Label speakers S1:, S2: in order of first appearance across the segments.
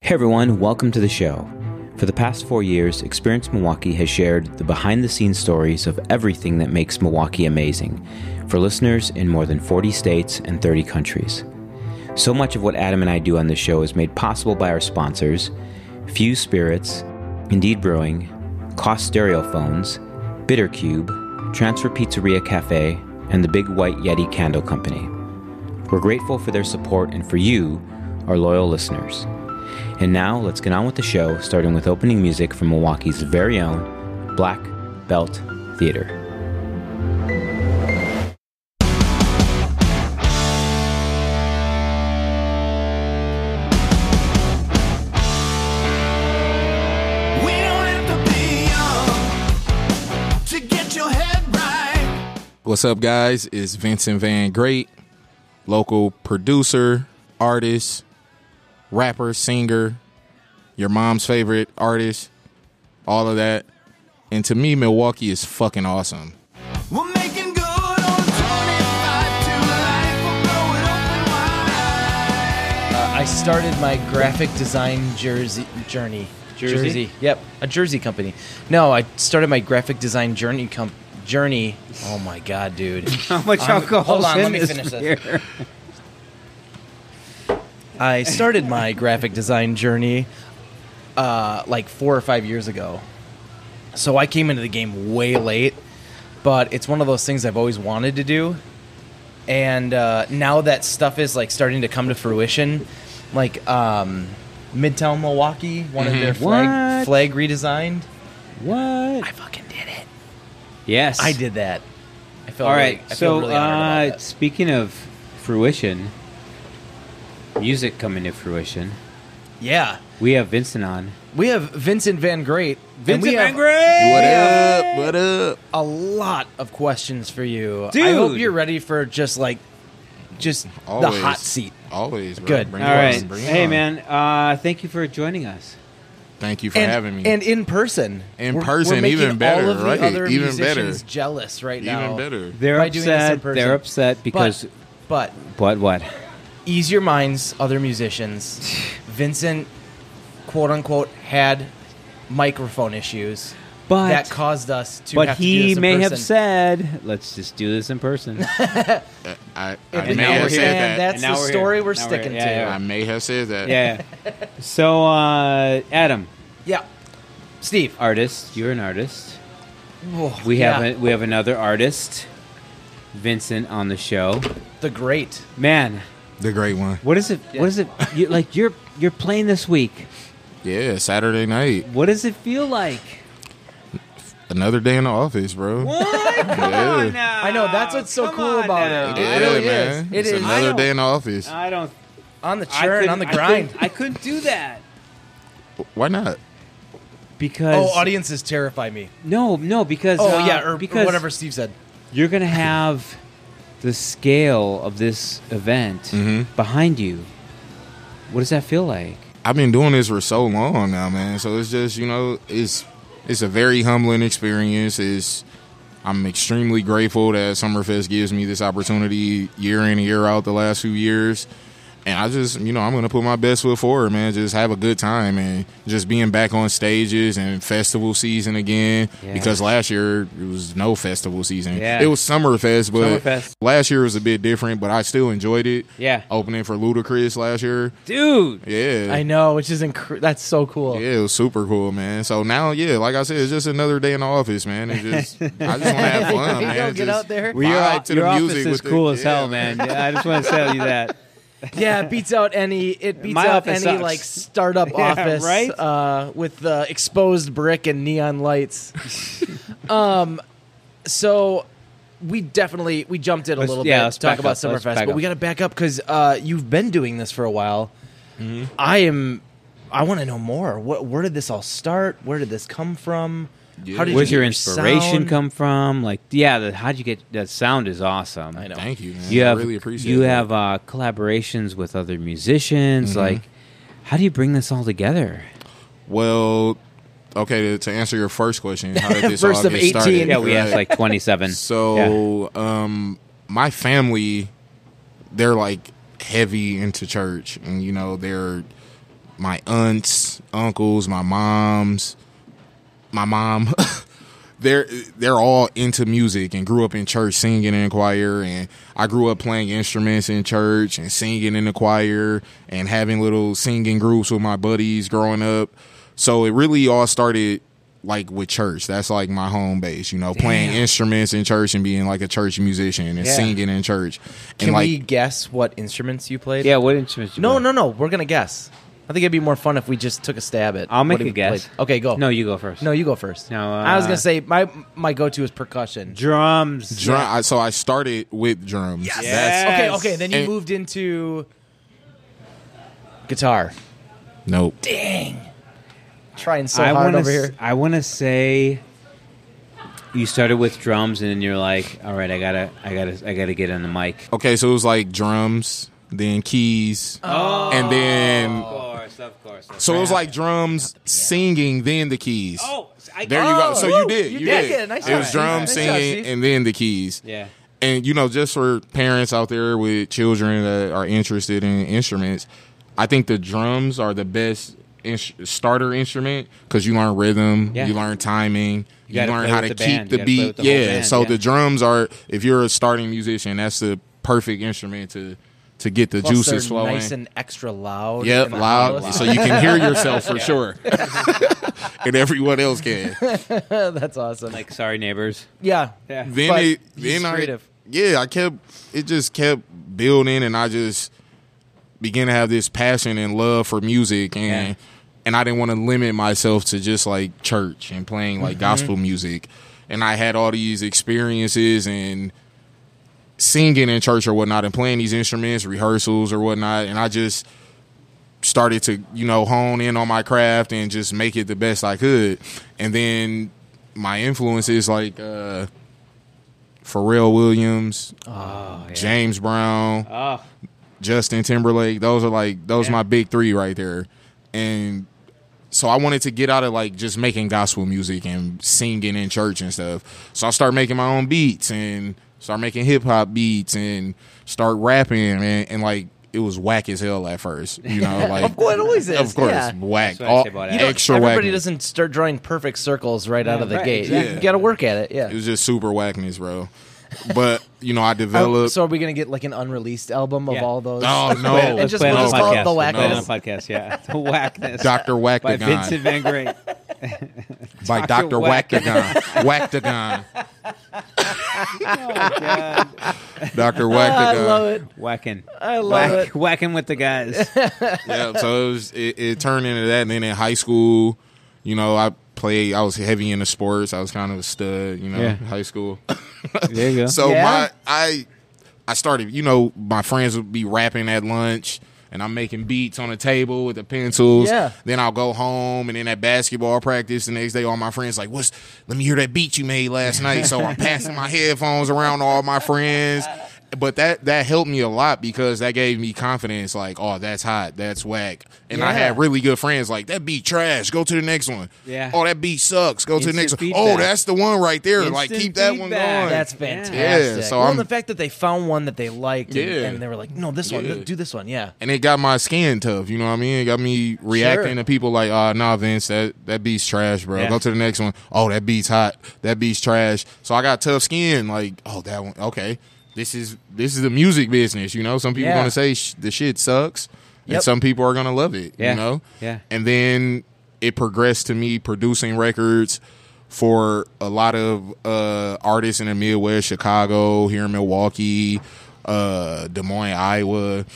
S1: Hey everyone, welcome to the show. For the past four years, Experience Milwaukee has shared the behind the scenes stories of everything that makes Milwaukee amazing for listeners in more than 40 states and 30 countries. So much of what Adam and I do on this show is made possible by our sponsors Fuse Spirits, Indeed Brewing, Cost Stereophones, Bitter Cube, Transfer Pizzeria Cafe, and the Big White Yeti Candle Company. We're grateful for their support and for you, our loyal listeners. And now let's get on with the show, starting with opening music from Milwaukee's very own Black Belt Theater.
S2: We don't have to be young to get your head right.
S3: What's up, guys? It's Vincent Van Great, local producer, artist, rapper, singer, your mom's favorite artist, all of that. And to me, Milwaukee is fucking awesome.
S2: We're making good on 25 to life. We'll blow it open wide.
S4: Uh, I started my graphic design jersey journey.
S1: Jersey?
S4: Yep, a jersey company. No, I started my graphic design journey com- journey. Oh my god, dude.
S1: How much alcohol?
S4: Um, hold on, let me finish this. I started my graphic design journey uh, like 4 or 5 years ago. So I came into the game way late, but it's one of those things I've always wanted to do. and uh, now that stuff is like starting to come to fruition like um midtown milwaukee one of their flag,
S1: What?
S4: flag redesigned
S1: What?
S4: i fucking did it
S5: Yes,
S4: i did that i felt
S5: All
S4: really-
S5: right. so,
S4: I feel really honored
S5: uh,
S4: about that.
S5: speaking of fruition, music coming to fruition.
S4: yeah
S5: We have Vincent on.
S4: we have vincent van great and we have
S3: What up? What up?
S4: a lot of questions for you i
S5: Dude.
S4: hope you're ready for just like just
S3: Always.
S4: the hot seat
S3: Always, bro.
S4: Good.
S3: Bring
S5: All
S3: it on,
S5: right.
S3: bring it
S5: Hey,
S3: on.
S5: man. Uh, thank you for joining us.
S3: Thank you for
S4: and,
S3: having me.
S4: and in person
S3: In
S4: We're- we're
S3: person,
S4: making
S3: even better,
S4: all of the
S3: right?
S4: other
S3: Even
S4: musicians
S3: better.
S4: jealous right now
S3: Even better.
S5: They're
S4: By doing this in
S5: upset.
S4: person.
S5: They're upset because
S4: but, but
S5: what? What?
S4: ease your minds, other musicians. Vincent, quote unquote, had microphone issues
S5: But
S4: that caused us to.
S5: but
S4: have to do
S5: he
S4: this in
S5: may have
S4: person.
S5: said, "let's just do this in person."
S3: I,
S4: And
S3: I may
S5: now we're
S3: have
S5: here.
S3: said
S4: And
S3: that.
S4: that's
S5: And now
S4: the
S5: we're here.
S4: story we're
S5: Now we're here.
S4: sticking
S5: Yeah,
S4: to.
S5: yeah.
S3: I may have said that.
S5: yeah. So, uh, Adam,
S4: Yeah. Steve,
S5: artist, you're an artist.
S4: Oh,
S5: We
S4: yeah.
S5: have a, we have another artist, Vincent, on the show.
S4: the great.
S5: Man,
S3: The great one.
S5: What is it? What is it? You, like you're you're playing this week.
S3: Yeah, Saturday night.
S5: What does it feel like?
S3: Another day in the office, bro. Yeah.
S5: now.
S4: I know, that's what's so cool about it.
S3: Yeah,
S4: It really
S3: man.
S4: is. It
S3: it's
S4: is. I
S3: another
S5: don't-
S3: day in the office.
S5: I don't.
S4: On the
S5: I
S4: churn,
S5: couldn't-
S4: on the
S5: I couldn't-
S4: grind.
S5: I couldn't, do that
S3: Why not?
S5: because
S4: Oh, audiences terrify me.
S5: no, no, because
S4: Oh,
S5: uh,
S4: yeah, or, or
S5: because
S4: whatever Steve said.
S5: you're gonna have the scale of this event behind you. What does that feel like?
S3: I've been doing this for so long now, man. So it's just you know, it's it's a very humbling experience. Is I'm extremely grateful that Summerfest gives me this opportunity year in and year out the last few years. And I just, you know, I'm going to put my best foot forward, man. Just have a good time and just being back on stages and festival season again.
S5: Yeah.
S3: Because last year it was no festival season.
S5: Yeah.
S3: It was Summerfest, but
S5: Summerfest.
S3: last year was a bit different, but I still enjoyed it.
S5: Yeah.
S3: Opening for Ludacris last year.
S5: Dude,
S3: Yeah.
S4: I know, which is incre- that's so cool.
S3: Yeah, it was super cool, man. So now, yeah, like I said, it's just another day in the office, man. It's just I just want to have fun,
S4: You
S3: man.
S4: don't get
S3: Just
S4: out there.
S3: vibe to
S5: your
S3: the
S5: office
S3: music
S5: is
S3: with the-
S5: cool as
S3: yeah,
S5: hell, man. Yeah, I just want to tell you that.
S4: yeah, it beats out any. It beats
S5: My
S4: out any
S5: office sucks.
S4: like startup
S5: Yeah,
S4: office,
S5: right?
S4: Uh, with the exposed brick and neon lights. um, so we definitely we jumped it a
S5: Let's-
S4: little
S5: yeah,
S4: bit
S5: let's
S4: to talk
S5: back
S4: about
S5: up. Let's
S4: Summerfest,
S5: back
S4: but we
S5: up.
S4: got to back up because uh, you've been doing this for a while.
S5: Mm-hmm.
S4: I am. I want to know more. What? Where did this all start? Where did this come from? How did
S5: Where's
S4: you
S5: your
S4: get
S5: inspiration
S4: sound?
S5: come from? Like, yeah, the, how'd you get that sound is awesome.
S4: I know.
S3: Thank you, man.
S5: You have
S3: I really appreciate
S5: you
S3: that.
S5: have
S3: Mm-hmm.
S5: uh, collaborations with other musicians. Like, how do you bring this all together?
S3: Well, okay, to, to answer your first question, how did this
S4: First
S3: all
S4: of
S3: get
S4: 18.
S3: started?
S5: Yeah, we asked
S3: Right.
S5: like twenty seven.
S3: So, um, my family, they're like heavy into church, and you know, they're my aunts, uncles, my moms, my mom. they're they're all into music and grew up in church singing in choir and I grew up playing instruments in church and singing in the choir and having little singing groups with my buddies growing up. So it really all started like with church. That's like my home base, you know, playing instruments in church and being like a church musician and
S4: Yeah.
S3: singing in church.
S4: Can
S3: and like
S4: we guess what instruments you played?
S5: Yeah, what instruments? you
S4: No,
S5: play?
S4: no, no. We're gonna guess. I think it'd be more fun if we just took a stab at.
S5: I'll make
S4: what have
S5: a
S4: you
S5: guess.
S4: played. Okay, go.
S5: No, you go first.
S4: no, you go first.
S5: No,
S4: I was
S5: uh,
S4: gonna say my my go to is percussion.
S5: drums.
S3: drum, I, so I started with drums. That's
S4: Okay,
S5: Yes.
S4: okay. Then you
S3: And-
S4: moved into guitar.
S3: nope.
S4: Trying so
S5: I
S4: hard
S5: want
S4: over
S5: to.
S4: here.
S5: I want to say. You started with drums, and then you're like, "All right, I gotta, I gotta, I gotta get on the mic."
S3: Okay, so it was like drums, then keys, and then
S5: course, of course.
S3: Oh.
S5: Oh,
S3: so it was like drums, singing, then the keys.
S5: I
S3: There you go. So
S4: woo,
S3: you did.
S4: Oh. you
S3: You,
S4: did
S3: did.
S4: it. Nice
S3: it was
S4: job.
S3: drums,
S4: Nice job,
S3: singing,
S4: Steve.
S3: and then the keys.
S5: Yeah.
S3: And you know, just for parents out there with children that are interested in instruments, I think the drums are the best ins- starter instrument because you learn rhythm,
S5: Yeah.
S3: you learn timing, you,
S5: gotta
S3: learn
S5: play
S3: how
S5: with
S3: to
S5: the
S3: keep
S5: band. You
S3: the
S5: gotta play with the
S3: beat.
S5: whole
S3: yeah.
S5: band,
S3: so
S5: yeah.
S3: the drums are, if you're a starting musician, that's the perfect instrument to to get the
S4: Plus
S3: juices
S4: they're
S3: flowing.
S4: Nice and extra loud.
S3: Yep,
S4: and
S3: loud,
S4: harmless.
S3: so you can hear yourself for sure, and everyone else can.
S4: That's awesome.
S5: Like, sorry, neighbors.
S4: yeah.
S5: Yeah.
S3: then
S4: But
S3: it
S4: he's
S3: then I,
S4: creative.
S3: yeah i kept it just kept building and i just began to have this passion and love for music and
S5: Yeah.
S3: and i didn't want to limit myself to just like church and playing
S4: Mm-hmm.
S3: like gospel music and i had all these experiences and singing in church or whatnot and playing these instruments rehearsals or whatnot and i just started to you know hone in on my craft and just make it the best i could and then my influences like uh Pharrell Williams,
S5: Oh, yeah.
S3: James Brown,
S5: Oh,
S3: Justin Timberlake. Those are like those
S5: Yeah.
S3: my big three right there. And so I wanted to get out of like just making gospel music and singing in church and stuff. So I started making my own beats and start making hip hop beats and start rapping and, and like it was whack as hell at first. You know, like
S4: Of course, it always is.
S3: Of course,
S4: Yeah.
S3: whack.
S5: That's what I
S3: All-
S5: say about it. You don't-
S3: extra
S4: Everybody
S3: whack.
S4: doesn't start drawing perfect circles right out of the
S5: right,
S4: gate. You-
S3: exactly.
S4: You got to work at it. Yeah.
S3: It was just super whackness, bro. But you know, I
S4: Oh,
S3: developed.
S4: so are we gonna get like an unreleased album of
S5: Yeah.
S4: all those?
S3: Oh, no.
S4: And
S3: Let's
S4: just,
S5: play it
S4: we'll
S5: on
S4: just
S5: a
S4: call
S5: podcast.
S4: it the
S5: Let's play it on a
S4: wackness.
S5: podcast. Yeah, the whackness.
S3: Dr. Whack
S5: by
S3: the Gun.
S5: Vincent Van Gogh. Dr.
S3: by Dr. Wackagon. Wackagon. Dr.
S4: I love
S3: Wackagon.
S4: it.
S5: Whacking.
S4: I love
S5: Whack,
S4: it.
S5: whacking with the guys.
S3: Yeah, so it, was, it, it turned into that. And then in high school, you know, I played, I was heavy into sports. I was kind of a stud, you know,
S5: Yeah.
S3: high school.
S5: there you go.
S3: So
S4: Yeah.
S3: my I I started, you know, my friends would be rapping at lunch and I'm making beats on the table with the pencils.
S4: Yeah.
S3: Then I'll go home and then at basketball practice the next day all my friends like, What's let me hear that beat you made last night? So I'm passing my headphones around to all my friends. But that that helped me a lot because that gave me confidence, like, oh, that's hot, that's whack. And I
S4: Yeah.
S3: had really good friends like that beat trash, go to the next one.
S5: Yeah.
S3: Oh, that beat sucks, go to the next
S5: Instant
S3: one. Oh,
S5: feedback.
S3: that's the one right there. like
S5: Instant
S3: keep that one
S5: feedback.
S3: going.
S4: That's
S5: Yeah.
S4: fantastic.
S3: Yeah, so
S4: well,
S3: I'm-
S4: and the fact that they found one that they liked, and,
S3: Yeah.
S4: and they were like, "No, this
S3: Yeah.
S4: one, do this one." Yeah,
S3: and it got my skin tough. You know what I mean? It got me reacting
S4: Sure.
S3: to people like, "Ah, nah, Vince, that that beat's trash, bro.
S5: Yeah.
S3: Go to the next one. Oh, that beat's hot. That beat's trash." So I got tough skin. Like, oh, that one. Okay, this is this is the music business. You know, some people
S4: Yeah.
S3: gonna say sh- the shit sucks,
S4: Yep.
S3: and some people are gonna love it.
S5: Yeah.
S3: You know?
S5: Yeah.
S3: And then it progressed to me producing records. For a lot of uh, artists in the Midwest, Chicago, here in Milwaukee, uh, Des Moines, Iowa,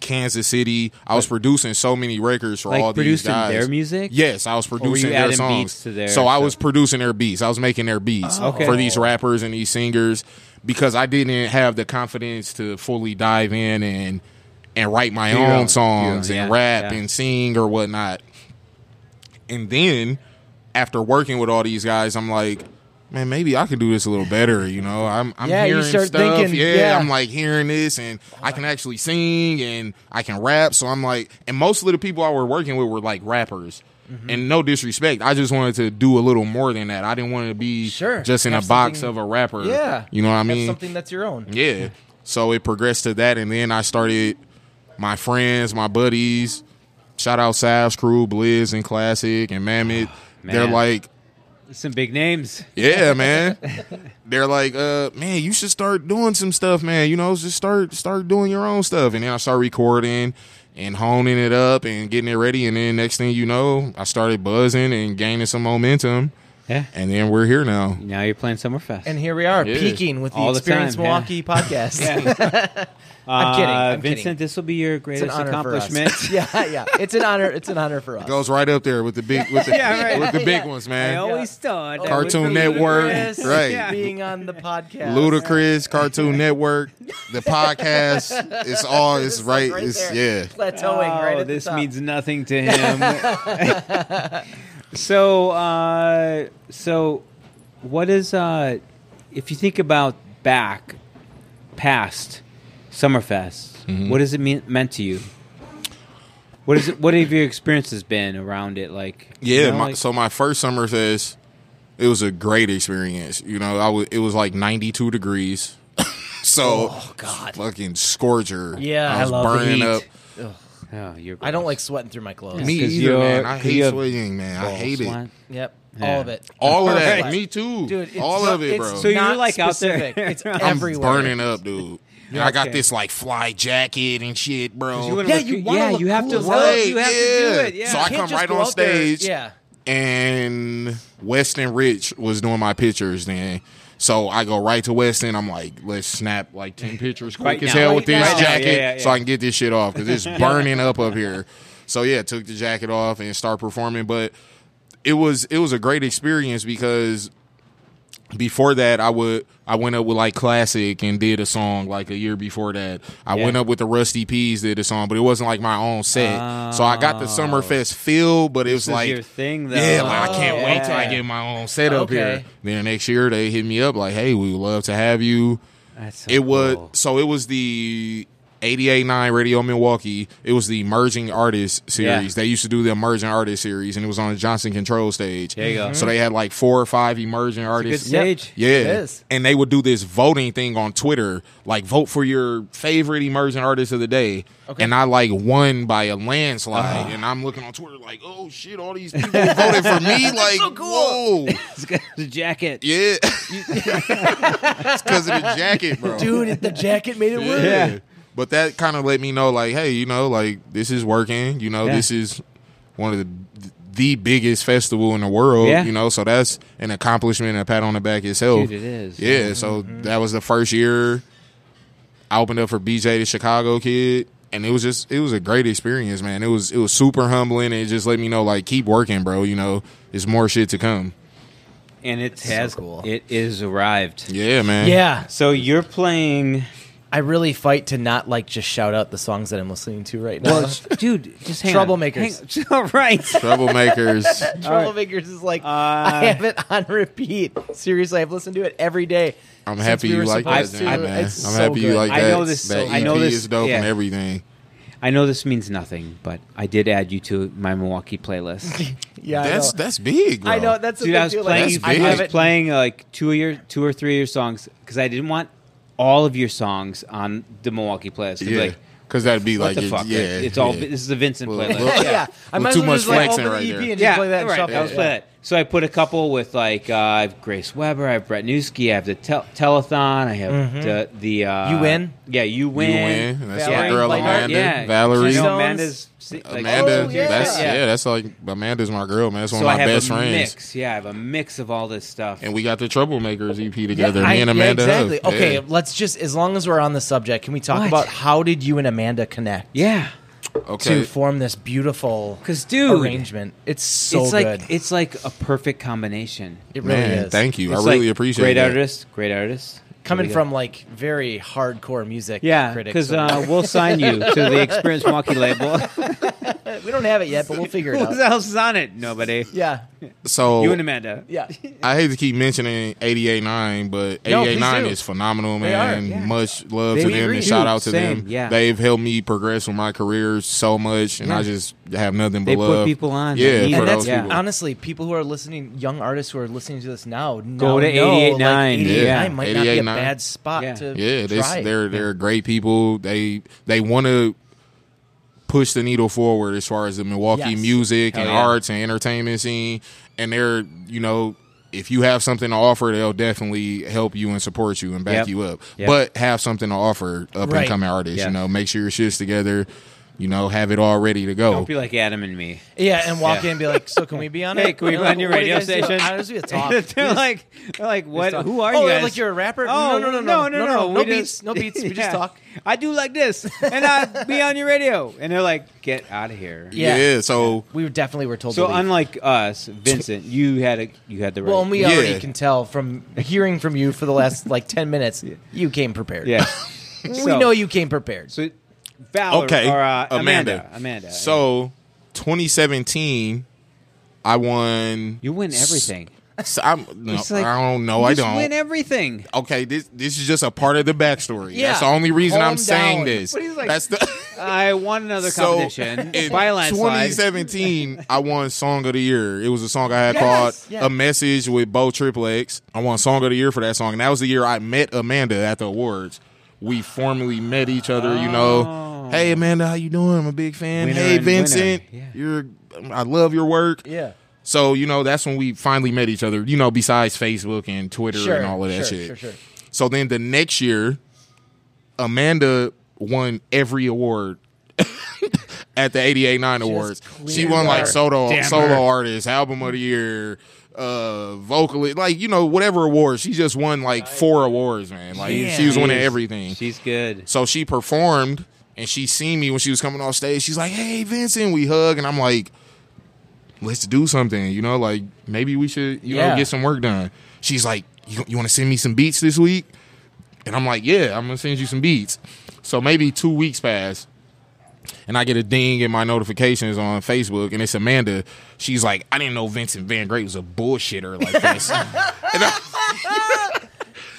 S3: Kansas City. I was producing so many records for
S5: Like
S3: all these
S5: producing
S3: guys.
S5: their music?
S3: Yes, I was producing their
S5: adding
S3: songs.
S5: beats to their
S3: so I was
S5: stuff? Oh,
S3: producing their beats. I was making their beats
S5: okay.
S3: for these rappers and these singers because I didn't have the confidence to fully dive in and and write my
S5: Do your
S3: own,
S5: own- do your
S3: songs
S5: own,
S3: and
S5: yeah,
S3: rap
S5: yeah.
S3: and sing or whatnot. And then after working with all these guys, I'm like, man, maybe I could do this a little better. You know, I'm I'm
S4: Yeah, you
S3: hearing
S4: start
S3: stuff.
S4: thinking,
S3: yeah,
S4: yeah.
S3: I'm like hearing this, and
S4: Oh,
S3: I can actually sing and I can rap. So I'm like, and most of the people I were working with were like rappers.
S4: Mm-hmm.
S3: And no disrespect, I just wanted to do a little more than that. I didn't want to be
S4: Sure.
S3: just in
S4: Have
S3: a box
S4: something-
S3: of a rapper.
S4: Yeah.
S3: you know what I
S4: Have
S3: mean.
S4: something that's your own.
S3: Yeah. So it progressed to that, and then I started my friends, my buddies Shout out Sav's crew, Blizz and Classic and Mammoth.
S4: Ah,
S3: They're
S5: Man.
S3: like,
S5: Some big names.
S3: yeah, man. They're like, uh, man, you should start doing some stuff, man. You know, just start start doing your own stuff. And then I start recording and honing it up and getting it ready. And then next thing you know, I started buzzing and gaining some momentum.
S5: Yeah.
S3: And then we're here now.
S5: Now you're playing Summerfest.
S4: And here we are,
S3: Yeah.
S4: peaking with the
S5: All the
S4: Experience
S5: time, yeah.
S4: Milwaukee podcast. I'm
S5: Uh,
S4: kidding, I'm kidding.
S5: Vincent, this will be your
S4: It's an
S5: greatest
S4: honor for us.
S5: accomplishment.
S4: yeah, yeah. It's an honor. It's an honor for us.
S3: Goes right up there with the big with the,
S5: Yeah, oh right.
S3: with the big ones,
S5: I
S3: man.
S5: always thought. that
S3: Cartoon
S5: was
S3: Network.
S5: ludicrous.
S3: Right.
S5: Yeah.
S4: Being on the podcast.
S3: Ludacris, Cartoon Network, the podcast. It's all it's right.
S4: Like
S3: it's
S4: there,
S3: yeah.
S4: Plateauing right
S5: Oh,
S4: at
S5: this
S4: the top.
S5: means nothing to him. so, uh, so, what is uh, if you think about back past Summerfest? What has it mean, meant to you? What is it? What have your experiences been around it? Like, you
S3: Yeah,
S5: know,
S3: my,
S5: like-
S3: so my first Summerfest, it was a great experience. You know, I was, it was like 92 degrees. so
S4: Oh God.
S3: fucking scorcher.
S4: Yeah, I
S3: was
S4: love the
S3: burning
S4: heat.
S3: up.
S5: oh, you're
S4: I don't like sweating through my clothes.
S3: Me
S5: 'Cause
S3: either,
S5: you're-
S3: man. I hate
S5: you have
S3: sweating, man. I
S5: balls,
S3: hate it.
S5: what?
S4: Yep.
S5: Yeah.
S4: All of it.
S3: All of that.
S4: Right.
S3: Me too.
S4: Dude, it's
S3: All
S4: not-
S3: of it,
S4: it's
S3: bro.
S5: So you're
S4: Not
S5: like out there-
S4: specific. It's
S5: I'm
S3: I'm
S4: everywhere.
S3: burning up, dude. And I got
S5: okay.
S3: this like fly jacket and shit, bro.
S5: You wanna
S4: Yeah,
S5: look
S4: you
S5: good-
S4: wanna
S5: yeah,
S4: look
S5: you have to
S4: cool.
S5: look-
S3: Right,
S5: you have to
S3: yeah.
S5: do it. Yeah.
S3: So I
S4: Can't
S3: come
S4: just
S3: right
S4: go
S3: on
S4: out there.
S3: stage.
S4: Yeah.
S3: and Weston Rich was doing my pictures then. So I go right to Weston. I'm like, let's snap like 10 pictures quick
S5: Right
S3: as
S5: now.
S3: hell with
S5: Right
S3: this
S5: now.
S3: jacket
S5: Yeah, yeah, yeah.
S3: so I can get this shit off because it's burning up up here. So yeah, took the jacket off and start performing. But it was it was a great experience because before that I would I went up with like classic and did a song like a year before that. I
S5: Yeah.
S3: went up with the Rusty Peas did a song, but it wasn't like my own set. so I got the Summerfest feel, but it was
S5: This is
S3: like
S5: your thing, though.
S3: yeah, like I can't
S4: Oh,
S3: wait till I
S5: yeah.
S3: get my own set up
S4: Okay.
S3: here. Then next year they hit me up like, "Hey, we would love to have you."
S5: That's so
S3: it was
S5: cool.
S3: so it was the 88.9 Radio Milwaukee. It was the Emerging Artist series. They used to do the Emerging Artist series, and it was on the Johnson Control stage.
S5: There you go.
S3: So they had like four or five emerging
S5: good
S3: artists.
S5: stage.
S3: Yeah.
S4: It is.
S3: And they would do this voting thing on Twitter, like vote for your favorite emerging artist of the day.
S4: Okay. Uh-huh.
S3: And I like won by a landslide. And I'm looking on Twitter like, oh shit, all these people voted for me. Like, whoa.
S5: It's got the jacket.
S3: Yeah. it's because of the jacket, bro.
S4: Dude, the jacket made it work.
S5: Yeah.
S3: But that kind of let me know, like, hey, you know, like this is working. You know,
S5: Yeah.
S3: this is one of the the biggest festival in the world.
S5: Yeah.
S3: You know, so that's an accomplishment, and a pat on the back itself.
S5: Dude, it is. Mm-hmm.
S3: Yeah. So that was the first year I opened up for BJ the Chicago Kid, and it was just it was a great experience, man. It was it was super humbling. And it just let me know, like, keep working, bro. You know, there's more shit to come.
S5: and it
S4: so
S5: has
S4: cool.
S5: it is arrived.
S3: Yeah, man.
S4: Yeah.
S5: So you're playing.
S4: I really fight to not like just shout out the songs that I'm listening to right now.
S5: Well, dude, just hang
S4: Troublemakers.
S5: On. Hang, all right.
S3: Troublemakers.
S4: Troublemakers is like I
S5: Uh,
S4: have it on repeat. Seriously, I've listened to it every day.
S3: I'm
S4: since
S3: happy
S4: we
S3: you
S4: were
S3: like that,
S4: supposed
S3: Zane,
S4: to.
S3: man. I'm
S4: It's so
S3: happy you
S4: good.
S3: like
S5: I
S3: that.
S5: know this
S3: That
S5: so-
S3: EP
S5: I know this-
S3: is dope and
S5: yeah.
S3: everything.
S5: I know this means nothing, but I did add you to my Milwaukee playlist.
S4: Yeah,
S3: That's that's big. Bro.
S4: I know. I know that's a
S5: Dude,
S4: big
S5: I was
S4: deal.
S5: playing.
S4: Like,
S3: That's
S5: I
S3: big.
S5: was
S4: haven't-
S5: playing uh, like two of your, two or three of your songs because I didn't want all of your songs on the Milwaukee playlist. 'Cause,
S3: yeah,
S5: Like,
S3: because that'd be
S5: what
S3: like
S5: the
S3: it-
S5: fuck?
S3: Yeah,
S5: it's all.
S3: yeah.
S5: This is the Vincent
S3: Well,
S5: playlist.
S3: well,
S4: yeah, I
S3: Well,
S4: might
S3: too
S4: as well
S3: much
S4: just like
S3: flexing
S4: open the
S3: right
S4: EP and
S3: there.
S4: just play that. and
S5: right.
S4: shuffle
S5: I was
S4: it.
S5: play that. So I put a couple with like uh, I have Grace Weber, I have Brett Newski, I have the tel- telethon, I have the, the uh,
S4: Mm-hmm. You Win?
S5: Yeah, you
S3: you
S5: win.
S3: win. and That's my
S4: Valerie
S3: girl
S4: Lightheart.
S3: Amanda.
S5: Yeah,
S3: Valerie.
S5: You know,
S4: Stones.
S5: Amanda's like,
S3: Amanda.
S4: Oh, yeah.
S3: That's
S5: Yeah.
S3: yeah. That's like Amanda's my girl, man. That's one
S5: so
S3: of
S5: I
S3: my
S5: have
S3: best
S5: a
S3: friends.
S5: mix. Yeah, I have a mix of all this stuff.
S3: And we got the Troublemakers EP together.
S4: I-
S3: Me and Amanda.
S4: Yeah, exactly.
S3: Huff.
S4: Okay,
S3: Yeah.
S4: let's just as long as we're on the subject, can we talk
S5: What?
S4: about how did you and Amanda connect?
S5: yeah,
S3: Okay.
S4: To form this beautiful
S5: 'Cause, dude,
S4: arrangement, it's so
S5: it's like
S4: good.
S5: it's like a perfect combination.
S4: it really
S3: Man,
S4: is.
S3: thank you. I
S5: It's
S3: really
S5: like
S3: appreciate
S5: great
S3: that.
S5: artist, great artist
S4: Coming
S5: Really good.
S4: from like very hardcore music,
S5: yeah,
S4: critics,
S5: because
S4: over
S5: uh, we'll sign you to the Experience Milwaukee label.
S4: here. we don't have it yet, but we'll figure it
S5: Who
S4: out.
S5: else is on it? Nobody.
S4: Yeah,
S3: So
S5: You and Amanda.
S4: yeah.
S3: I hate to keep mentioning 88.9, but
S4: No, please
S3: 88.9
S4: do.
S3: is phenomenal,
S4: They are,
S3: man.
S5: yeah.
S3: Much love
S5: They-
S3: to
S5: we
S3: them
S5: agree.
S3: and shout
S5: Dude,
S3: out to
S5: same,
S3: them.
S5: yeah.
S3: They've helped me progress with my career so much, and
S5: Yeah.
S3: I just have nothing but
S5: They put
S3: love.
S5: people on that
S3: Yeah,
S5: need
S3: for
S4: and
S5: it.
S3: those
S4: that's
S5: Yeah.
S3: people.
S4: honestly people who are listening, young artists who are listening to this
S5: Go
S4: now.
S5: to
S4: now know, like,
S5: 88.9, yeah.
S4: 88.9 might not be a
S3: 88.9.
S4: bad spot
S5: Yeah.
S4: to
S3: Yeah, they,
S4: try.
S3: they're they're great people. They they want to pushed the needle forward as far as the Milwaukee
S4: Yes.
S3: music and
S5: Hell yeah.
S3: arts and entertainment scene. And they're, you know, if you have something to offer, they'll definitely help you and support you and back
S5: Yep.
S3: you up.
S5: Yep.
S3: But have something to offer up
S4: Right.
S3: and coming artists.
S5: Yeah.
S3: You know, make sure your shit's together. You know, have it all ready to go.
S5: Don't be like Adam and me.
S4: Yeah, and walk
S5: Yeah.
S4: in and be like, "So can we be on
S5: Hey,
S4: it?
S5: can we be on your
S4: What do you
S5: radio
S4: guys do?
S5: station?
S4: I just be a talk.
S5: they're like, they're like, what?
S4: talk.
S5: Who are
S4: Oh,
S5: you
S4: they're
S5: guys?
S4: like, "You're a rapper?"
S5: Oh,
S4: No, no, no,
S5: no,
S4: no,
S5: no,
S4: no, no, no
S5: We
S4: beats,
S5: just-
S4: no beats, we just talk.
S5: I do like this, and I be on your radio, and they're like, get out of here.
S3: yeah.
S4: Yeah.
S3: So
S4: we definitely were told.
S5: So
S4: to leave.
S5: unlike us, Vincent, you had a you had the right.
S4: well, and we
S3: Yeah.
S4: already can tell from hearing from you for the last like ten minutes, you came prepared.
S5: yeah.
S4: we
S5: So-
S4: know you came prepared.
S5: So, Valor,
S3: okay,
S5: or, uh,
S3: Amanda.
S5: Amanda, Amanda.
S3: So, 2017, I won.
S5: you win everything.
S3: So I'm, no,
S5: It's like,
S3: I don't know.
S5: you
S3: I
S5: just
S3: don't.
S5: win everything.
S3: okay, this this is just a part of the backstory.
S4: Yeah.
S3: That's the only reason
S4: Calm
S3: I'm saying
S4: down.
S3: this.
S5: But he's like-
S3: That's the
S5: I won another
S3: so
S5: competition
S3: in
S5: by a landslide.
S3: 2017. I won Song of the Year. It was a song I had
S4: Yes,
S3: called
S4: yeah.
S3: "A Message" with Bo Triple X. I won Song of the Year for that song, and that was the year I met Amanda at the awards. We formally met each other. You know, hey Amanda, how you doing? I'm a big fan.
S5: Oh. Winner
S3: hey
S5: and winner.
S3: Vincent,
S5: Yeah.
S3: you're I love your work.
S4: yeah,
S3: So you know that's when we finally met each other. You know, besides Facebook and Twitter
S4: sure,
S3: and all of that
S4: sure,
S3: shit.
S4: Sure, sure.
S3: So then the next year, Amanda won every award at the 88.9 Awards. She won like solo solo artist, album of the year, uh vocalist, like you know whatever award. She just won like four awards, man. Like she was winning
S5: Jeez.
S3: everything.
S5: She's good.
S3: So she performed and she seen me when she was coming off stage. She's like, "Hey, Vincent," we hug, and I'm like, "Let's do something," you know, like maybe we should, you know,
S4: Yeah.
S3: get some work done. She's like, "You, you want to send me some beats this week?" And I'm like, "Yeah, I'm gonna send you some beats." So maybe two weeks pass, and I get a ding in my notifications on Facebook, and it's Amanda. She's like, "I didn't know Vincent Van Gray was a bullshitter like this." And I-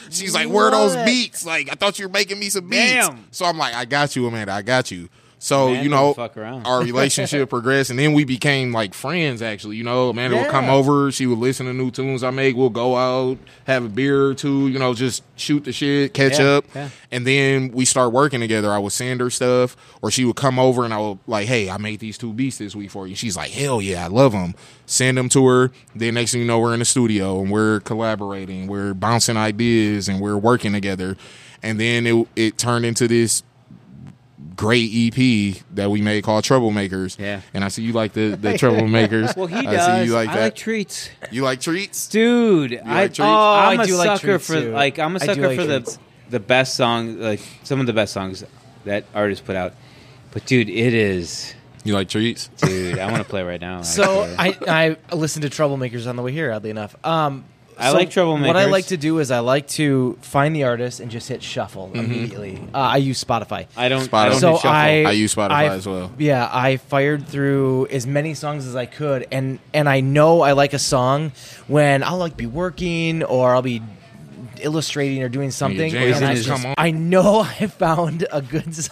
S3: She's like, where are those
S4: What?
S3: beats? Like, I thought you were making me some beats.
S5: Damn.
S3: So I'm like, I got you, Amanda. I got you. So
S5: Amanda
S3: you know,
S5: don't fuck around.
S3: our relationship progressed, and then we became like friends. Actually, you know, Amanda would come
S4: Yeah.
S3: over. She would listen to new tunes I make. We'll go out, have a beer or two. You know, just shoot the shit, catch
S5: Yeah,
S3: up,
S5: yeah.
S3: and then we start working together. I would send her stuff, or she would come over, and I would like, "Hey, I made these two beats this week for you." She's like, "Hell yeah, I love them." Send them to her. Then next thing you know, we're in the studio and we're collaborating. We're bouncing ideas and we're working together. And then it it turned into this great EP that we made called Troublemakers.
S5: Yeah.
S3: And I see you like the, the Troublemakers.
S5: Well, he
S3: I
S5: does.
S3: see you like
S5: I
S3: that.
S5: like treats,
S3: you like treats?
S5: dude. I,
S3: like treats?
S5: oh,
S3: Oh,
S5: I'm
S4: I
S5: a
S4: do like
S5: sucker
S4: treats,
S5: for
S4: too.
S5: like I'm a
S4: I do
S5: sucker
S4: like
S5: for
S4: treats.
S5: the the best song, like some of the best songs that artists put out. But dude, it is,
S3: You like treats?
S5: dude. I want to play right now.
S4: So
S5: actually.
S4: I, I listened to Troublemakers on the way here, oddly enough. Um,
S5: I
S4: so
S5: like Troublemakers.
S4: What I like to do is I like to find the artist and just hit shuffle
S5: Mm-hmm.
S4: immediately. Uh, I use Spotify.
S5: I don't.
S3: Spot
S5: I
S3: on.
S5: don't
S4: so
S5: do shuffle.
S4: I,
S3: I use Spotify
S4: I-
S3: as well.
S4: Yeah, I fired through as many songs as I could, and and I know I like a song when I'll like be working or I'll be illustrating or doing something.
S3: jamming,
S4: and I,
S5: just
S3: come on.
S4: I know I found a good. s-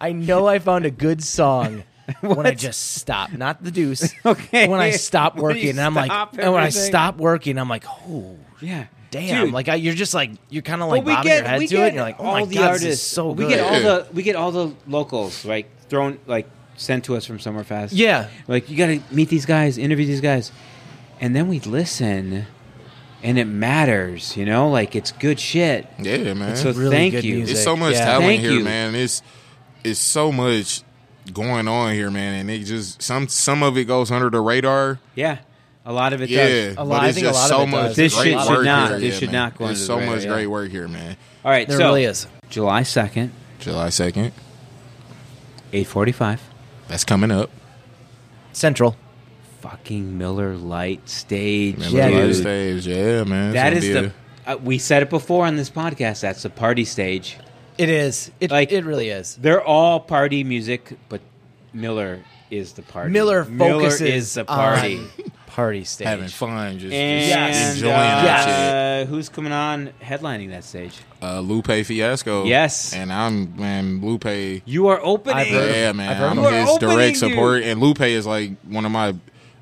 S4: I know I found a good song. When I just stop, not the deuce.
S5: Okay.
S4: When I stop
S5: When you
S4: working, and I'm like,
S5: stop
S4: and when I
S5: everything.
S4: stop working, I'm like, oh,
S5: yeah,
S4: damn!
S5: Dude,
S4: Like I, you're just like you're kind of
S5: but
S4: like bobbing your head to it. And you're like, oh
S5: all
S4: my
S5: the
S4: god,
S5: artists.
S4: this is so
S5: we
S4: good.
S5: get all
S3: Yeah.
S5: the we get all the locals like thrown like sent to us from Summerfest.
S4: Yeah.
S5: like you got to meet these guys, interview these guys, and then we listen, and it matters. You know, like it's good shit.
S3: Yeah, man.
S5: And so
S4: Really
S5: thank
S4: good
S5: you.
S4: music.
S3: It's so much
S4: Yeah.
S3: talent
S5: Thank
S3: here,
S5: you.
S3: man. It's it's so much going on here, man, and it just some some of it goes under the radar.
S5: Yeah, a lot of it
S3: Yeah,
S5: does.
S4: A lot-
S3: but
S4: I
S3: it's
S4: think a
S3: just
S4: lot
S3: so
S4: of it
S3: much
S4: does. This
S3: great
S4: shit should
S3: work
S5: not-
S3: here.
S5: this
S3: yeah,
S5: should
S3: man.
S5: not go
S3: There's
S5: under
S3: so
S5: the
S3: much
S5: radar, yeah.
S3: great work here, man.
S5: All right,
S4: There
S5: so
S4: really is.
S5: July second,
S3: July second,
S5: eight forty-five.
S3: that's coming up.
S4: Central.
S5: Fucking Miller Light stage.
S3: Man,
S4: Yeah,
S3: yeah,
S5: dude.
S4: dude.
S3: stage. yeah, man. It's
S5: That
S3: gonna
S5: is
S3: be
S5: the.
S3: a-
S5: uh, we said it before on this podcast. That's the party stage.
S4: It is. It
S5: Like-
S4: it really is.
S5: They're all party music, but Miller is the party.
S4: Miller focuses
S5: Miller is the party.
S4: on party stage.
S3: having fun, just,
S5: And
S3: just enjoying
S5: uh,
S3: that shit.
S5: uh, who's coming on headlining that stage?
S3: uh, Lupe Fiasco.
S5: Yes.
S3: and I'm man Lupe.
S5: You are opening.
S4: I've heard-
S3: Yeah,
S4: I've
S3: man,
S4: heard
S3: I'm
S5: of him.
S3: his
S5: We're opening,
S3: direct
S5: dude.
S3: support, and Lupe is like one of my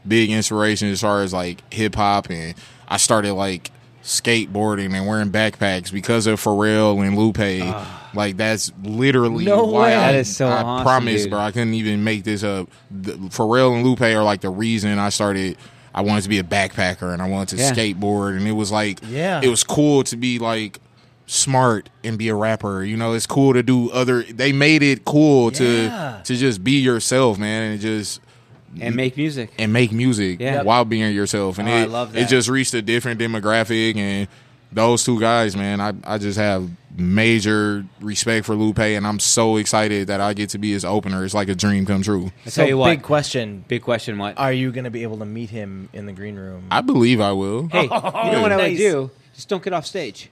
S3: big inspirations as far as like hip hop, and I started like skateboarding and wearing backpacks because of Pharrell and Lupe. Like that's literally
S5: Ah. No
S3: why
S5: way.
S3: I,
S5: That is so
S3: I
S5: awesome,
S3: promise,
S5: dude.
S3: bro. I couldn't even make this up. The, Pharrell and Lupe are like the reason I started. I wanted to be a backpacker and I wanted to
S5: Yeah.
S3: skateboard, and it was like,
S4: Yeah.
S3: it was cool to be like smart and be a rapper. You know, it's cool to do other. They made it cool
S4: Yeah.
S3: to to just be yourself, man, and just
S5: and make music.
S3: and make music
S5: Yeah.
S3: while being yourself. And
S5: Oh,
S3: it,
S5: I love that.
S3: it just reached a different demographic. And those two guys, man, I, I just have major respect for Lupe. And I'm so excited that I get to be his opener. It's like a dream come true.
S5: I
S4: So
S5: tell you what,
S4: big question:
S5: big question. What?
S4: Are you going to be able to meet him in the green room?
S3: I believe I will.
S5: Hey, you know what I would
S4: Nice.
S5: do? Just don't get off stage.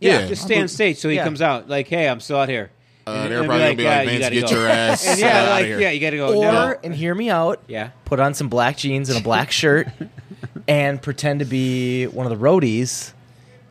S3: Yeah.
S5: just stay on stage so he
S4: Yeah.
S5: comes out like, "Hey, I'm still out here."
S3: Uh,
S5: And
S3: they're
S5: they'll
S3: probably gonna be like,
S5: "Yeah, you
S3: "Vince,
S5: gotta
S3: get
S5: go."
S3: your ass
S5: And yeah,
S3: out
S5: like,
S3: of here."
S5: yeah, you got to go.
S4: or
S5: no.
S4: and hear me out.
S5: Yeah.
S4: Put on some black jeans and a black shirt, and pretend to be one of the roadies,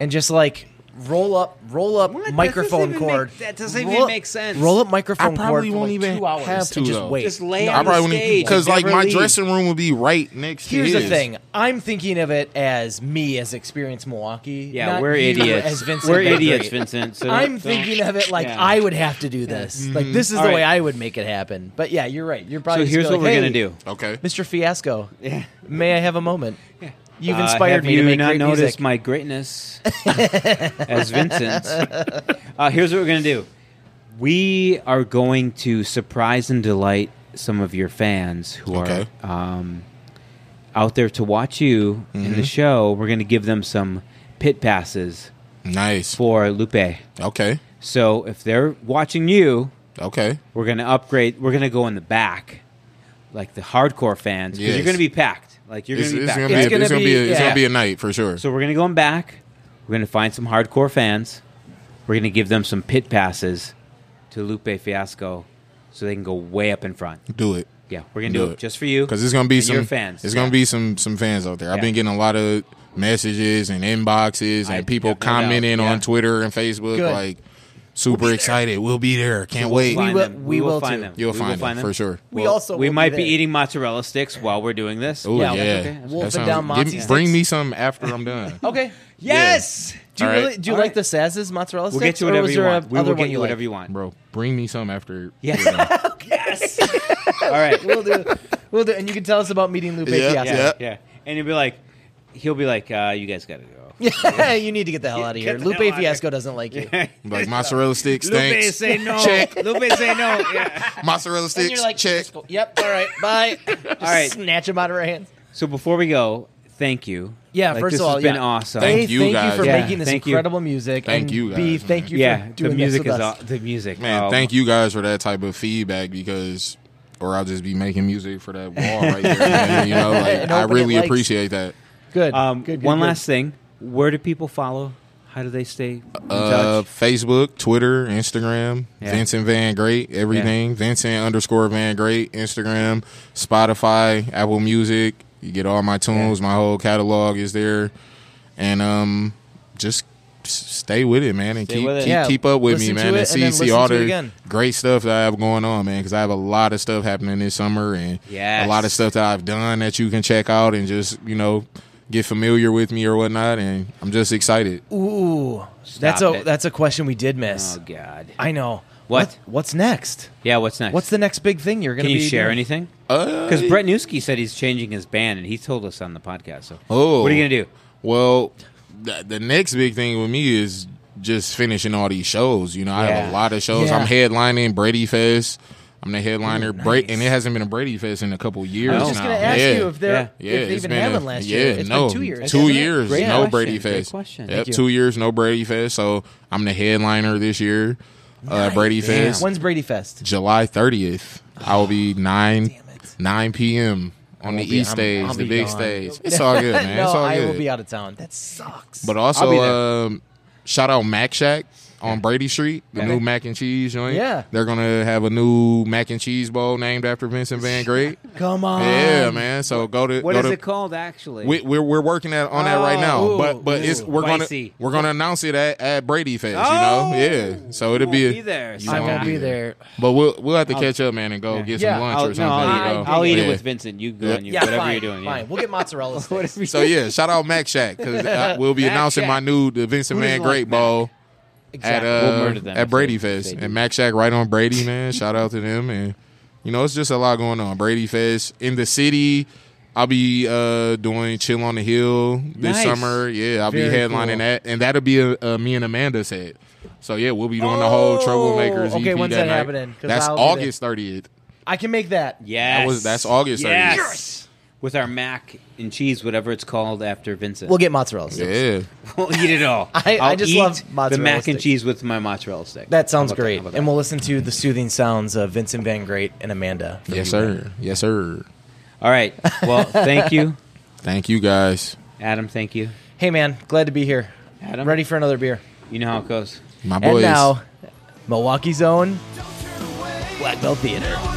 S4: and just like roll up, roll up
S5: What? That doesn't
S4: microphone
S5: even
S4: cord.
S5: make- that doesn't
S4: Roll
S5: even
S4: up-
S5: make sense.
S4: Roll up microphone
S3: I probably
S4: cord for
S3: won't
S4: like
S3: even
S4: two hours
S3: have to,
S4: and just
S3: though.
S4: wait.
S5: Just lay
S4: No,
S5: on
S3: I
S5: the
S3: probably wouldn't
S5: stage.
S3: because like
S5: Never
S3: my
S5: leave.
S3: dressing room would be right next
S4: Here's
S3: to
S4: the
S3: his.
S4: thing. I'm thinking of it as me as Experience Milwaukee.
S5: Yeah,
S4: not
S5: we're
S4: you
S5: idiots.
S4: As Vincent
S5: we're
S4: Bakery.
S5: idiots, Vincent. So
S4: I'm
S5: don't-
S4: thinking of it like
S5: Yeah. Mm-hmm.
S4: I would have to do this. Like this is
S5: All
S4: the
S5: right.
S4: way I would make it happen. But yeah, you're right. You're
S5: So
S4: probably. just
S5: here's
S4: be
S5: what
S4: like,
S5: we're gonna
S4: "Hey,
S5: do.
S3: Okay.
S4: Mr. Fiasco.
S5: Yeah.
S4: May I have a moment? You've
S5: Uh,
S4: inspired
S5: have
S4: me
S5: you
S4: to make
S5: not
S4: great
S5: notice
S4: music.
S5: my greatness as Vincent. Uh, here's what we're gonna do. We are going to surprise and delight some of your fans who
S3: Okay.
S5: are um, out there to watch you in
S3: Mm-hmm.
S5: the show. We're gonna give them some pit passes
S3: Nice.
S5: for Lupe.
S3: Okay.
S5: So if they're watching you,
S3: Okay.
S5: we're gonna upgrade. We're gonna go in the back, like the hardcore fans, because
S3: Yes.
S5: you're gonna be packed. Like you're
S3: It's,
S5: gonna be
S3: it's
S5: packed.
S3: gonna be
S5: right?
S3: a- it's gonna be a- it's
S4: yeah.
S3: gonna be a night for sure.
S5: So we're gonna go in back. We're gonna find some hardcore fans. We're gonna give them some pit passes to Lupe Fiasco, so they can go way up in front.
S3: Do it.
S5: Yeah, we're gonna do,
S3: Do
S5: it.
S3: it.
S5: just for you
S3: because it's gonna be
S5: and
S3: some
S5: your fans.
S3: It's gonna be some some fans out there.
S5: Yeah.
S3: I've been getting a lot of messages and inboxes and
S5: I-
S3: people
S5: yeah, no doubt.
S3: commenting
S5: Yeah.
S3: on Twitter and Facebook.
S4: Good.
S3: Like, super excited. We'll be there. Can't
S5: We'll
S3: wait.
S5: find
S4: We will-
S5: them.
S4: we will
S5: find
S4: too.
S5: them.
S3: You'll
S5: We will
S3: find, them, for sure.
S4: we
S5: We'll-
S4: also
S5: we
S4: will
S5: might
S4: be,
S5: be
S4: there.
S5: eating mozzarella sticks while we're doing this.
S3: Oh yeah,
S4: Yeah, that's okay. Wolfing
S3: That sounds-
S4: down
S3: give me-
S4: Monty
S3: Bring
S4: sticks. Oh.
S3: me some after I'm done.
S4: Okay. Yes. Do you
S3: All right.
S4: really? Do you
S5: All
S4: like
S5: right.
S4: the Saz's mozzarella
S5: We'll
S4: sticks?
S5: get you
S4: or
S5: whatever
S4: was
S5: you
S4: there a
S5: want. We will
S4: other
S5: get
S4: one
S5: you whatever
S4: like?
S5: you want.
S3: Bro, bring me some after.
S5: Yes.
S3: we're done.
S5: All right.
S4: We'll do. We'll do. And you can tell us about meeting Lupe
S3: Yeah,
S5: yeah,
S3: yeah.
S5: yeah, And you'll be like, he'll be like, uh, you guys gotta go.
S4: Fiasco. Yeah. you need to get the hell out of here.
S5: Get the
S4: Lupe
S5: hell outta
S4: Fiasco doesn't like you.
S3: like mozzarella sticks,
S5: Lupe
S3: thanks.
S5: say no.
S3: Check.
S5: Lupe say no. Yeah.
S3: Mozzarella
S4: And
S3: sticks,
S4: you're like,
S3: check.
S4: just go, Yep. All right. Bye. Just
S5: All right.
S4: Snatch him out of our hands.
S5: So before we go, thank you.
S4: Yeah,
S5: Like,
S4: first
S5: this
S4: of all,
S5: has been
S4: yeah.
S5: awesome.
S3: Thank
S4: A,
S3: you
S4: thank
S3: guys,
S4: you for
S5: man.
S4: making this
S5: Thank you.
S4: incredible music.
S3: Thank
S4: and
S3: you guys,
S4: B,
S3: man.
S4: thank you
S5: yeah,
S4: for
S5: the
S4: doing
S5: music
S4: this
S5: is
S4: with us.
S5: aw- the music. Um,
S3: Man, thank you guys for that type of feedback because, or I'll just be making music for that wall right there. man, you know, like
S4: And
S3: I
S4: hoping it
S3: really
S4: likes.
S3: appreciate that.
S4: Good.
S5: Um,
S4: good, good,
S5: one
S4: good.
S5: last thing. Where do people follow? How do they stay in
S3: Uh,
S5: touch?
S3: Facebook, Twitter, Instagram,
S5: Yeah.
S3: Vincent Van Great, everything. Vincent underscore Van Great, Instagram, Spotify, Apple Music. You get all my tunes. My whole catalog is there, and um, just s- stay with it, man, and
S5: Stay
S3: keep
S5: with it.
S3: keep,
S4: Yeah,
S3: keep up with me,
S4: listen to
S3: man,
S4: it
S3: and
S4: and
S3: see
S4: then
S3: see
S4: listen
S3: all
S4: to it
S3: the
S4: again.
S3: great stuff that I have going on, man, because I have a lot of stuff happening this summer and
S5: Yes.
S3: a lot of stuff that I've done that you can check out and just you know get familiar with me or whatnot, and I'm just excited.
S4: Ooh, that's a
S5: Stop it.
S4: that's a question we did miss.
S5: Oh God.
S4: I know.
S5: What?
S4: What's next?
S5: Yeah. What's next?
S4: What's the next big thing you're going
S5: Can
S4: to
S5: you
S4: be
S5: share
S4: doing?
S5: anything?
S3: Uh,
S5: Because Brett Newski said he's changing his band, and he told us on the podcast. So,
S3: Oh.
S5: what are you gonna do?
S3: Well, the, the next big thing with me is just finishing all these shows. You know, I have
S5: Yeah.
S3: a lot of shows.
S4: Yeah.
S3: I'm headlining Brady Fest. I'm the headliner, Bra-
S4: nice.
S3: and it hasn't been a Brady Fest in a couple years.
S4: I was just
S3: now.
S4: going to ask
S3: yeah.
S4: you if they're
S3: yeah,
S4: if they
S3: it's
S4: even
S3: been
S4: had
S3: a-
S4: one last
S3: yeah,
S4: year. It's
S3: no,
S4: been two years.
S3: Two
S5: Hasn't it?
S3: years,
S5: Great
S3: no
S5: question,
S3: Brady
S5: great
S3: Fest.
S5: question.
S3: Yep,
S5: Thank you.
S3: two years, no Brady Fest. So I'm the headliner this year. Uh, Brady Fest,
S4: When's Brady Fest?
S3: July 30th. I will be nine
S4: Damn it.
S3: nine p.m. on the
S4: won't be-
S3: east
S4: I'm-
S3: stage,
S4: I'll
S3: the
S4: be
S3: big
S4: gone.
S3: stage. It's all good, man.
S4: no,
S3: it's all
S4: I
S3: good.
S4: will be out of town. That sucks.
S3: But
S5: I'll be
S3: also,
S5: there.
S3: um, shout out Mac Shack on Brady Street, the new mac and cheese joint.
S4: Yeah.
S3: they're gonna have a new mac and cheese bowl named after Vincent Van Great.
S4: come on.
S3: yeah, man. So go to
S5: Um, What
S3: go
S5: is
S3: to,
S5: it called actually?
S3: We, we're we're working at, on that right now,
S4: Oh,
S3: but but it's
S4: ooh,
S3: we're gonna
S5: spicy.
S3: we're gonna announce it at, at Brady Fest.
S5: Oh,
S3: you know, yeah. So it'll
S5: you
S3: be,
S5: won't be there,
S3: You
S5: so-
S4: I
S3: won't
S4: won't be
S3: there.
S4: there.
S3: But we'll we'll have to catch up, man, and go get some
S4: Yeah,
S3: lunch
S5: I'll,
S3: or
S5: no,
S3: something.
S5: I'll,
S3: you know?
S5: eat, I'll eat
S3: Yeah.
S5: it with Vincent. You go on you
S4: Yeah,
S5: whatever
S4: fine,
S5: you're doing. yeah.
S4: fine. We'll get mozzarella sticks.
S3: So yeah, shout out Mac Shack because we'll be
S5: Mac
S3: announcing
S5: Shack.
S3: my new the Vincent
S5: Who
S3: Van
S5: doesn't like
S3: Great
S5: Mac?
S3: bowl.
S5: Exactly.
S3: at, uh,
S5: We'll murder them if
S3: at
S5: they-
S3: Brady
S5: if they
S3: Fest
S5: do.
S3: and Mac Shack right on Brady, man. Shout out to them and you know it's just a lot going on. Brady Fest in the city. I'll be uh, doing Chill on the Hill this
S5: Nice.
S3: summer. Yeah, I'll be
S4: Very
S3: headlining
S4: cool.
S3: that, and that'll be a, a me and Amanda set. So yeah, we'll be doing the whole
S4: Oh,
S3: Troublemakers.
S4: okay,
S3: EP
S4: when's
S3: that
S4: that
S3: night.
S4: happening? 'Cause
S3: That's
S4: I'll be there.
S3: August thirtieth.
S4: I can make that.
S5: Yes.
S3: was- that's August 30th.
S5: Yes. With our mac and cheese, whatever it's called after Vincent.
S4: We'll get mozzarella sticks.
S3: Yeah,
S5: We'll eat it all.
S4: I- I
S5: I'll
S4: just
S5: eat
S4: love
S5: the
S4: mozzarella
S5: mac and
S4: sticks.
S5: cheese with my mozzarella stick.
S4: That sounds
S5: How about
S4: great.
S5: How about
S4: And we'll listen to the soothing sounds of Vincent Van Great and Amanda. from
S3: yes
S4: you, man.
S3: sir, yes sir.
S5: All right. Well, thank you,
S3: Thank you guys.
S5: Adam. Thank you,
S4: Hey, man. Glad to be here.
S5: Adam.
S4: Ready for another beer.
S5: You know how it goes.
S3: My boys.
S4: And now, Milwaukee's own
S2: Don't turn away.
S4: Black Belt Theater.
S2: Now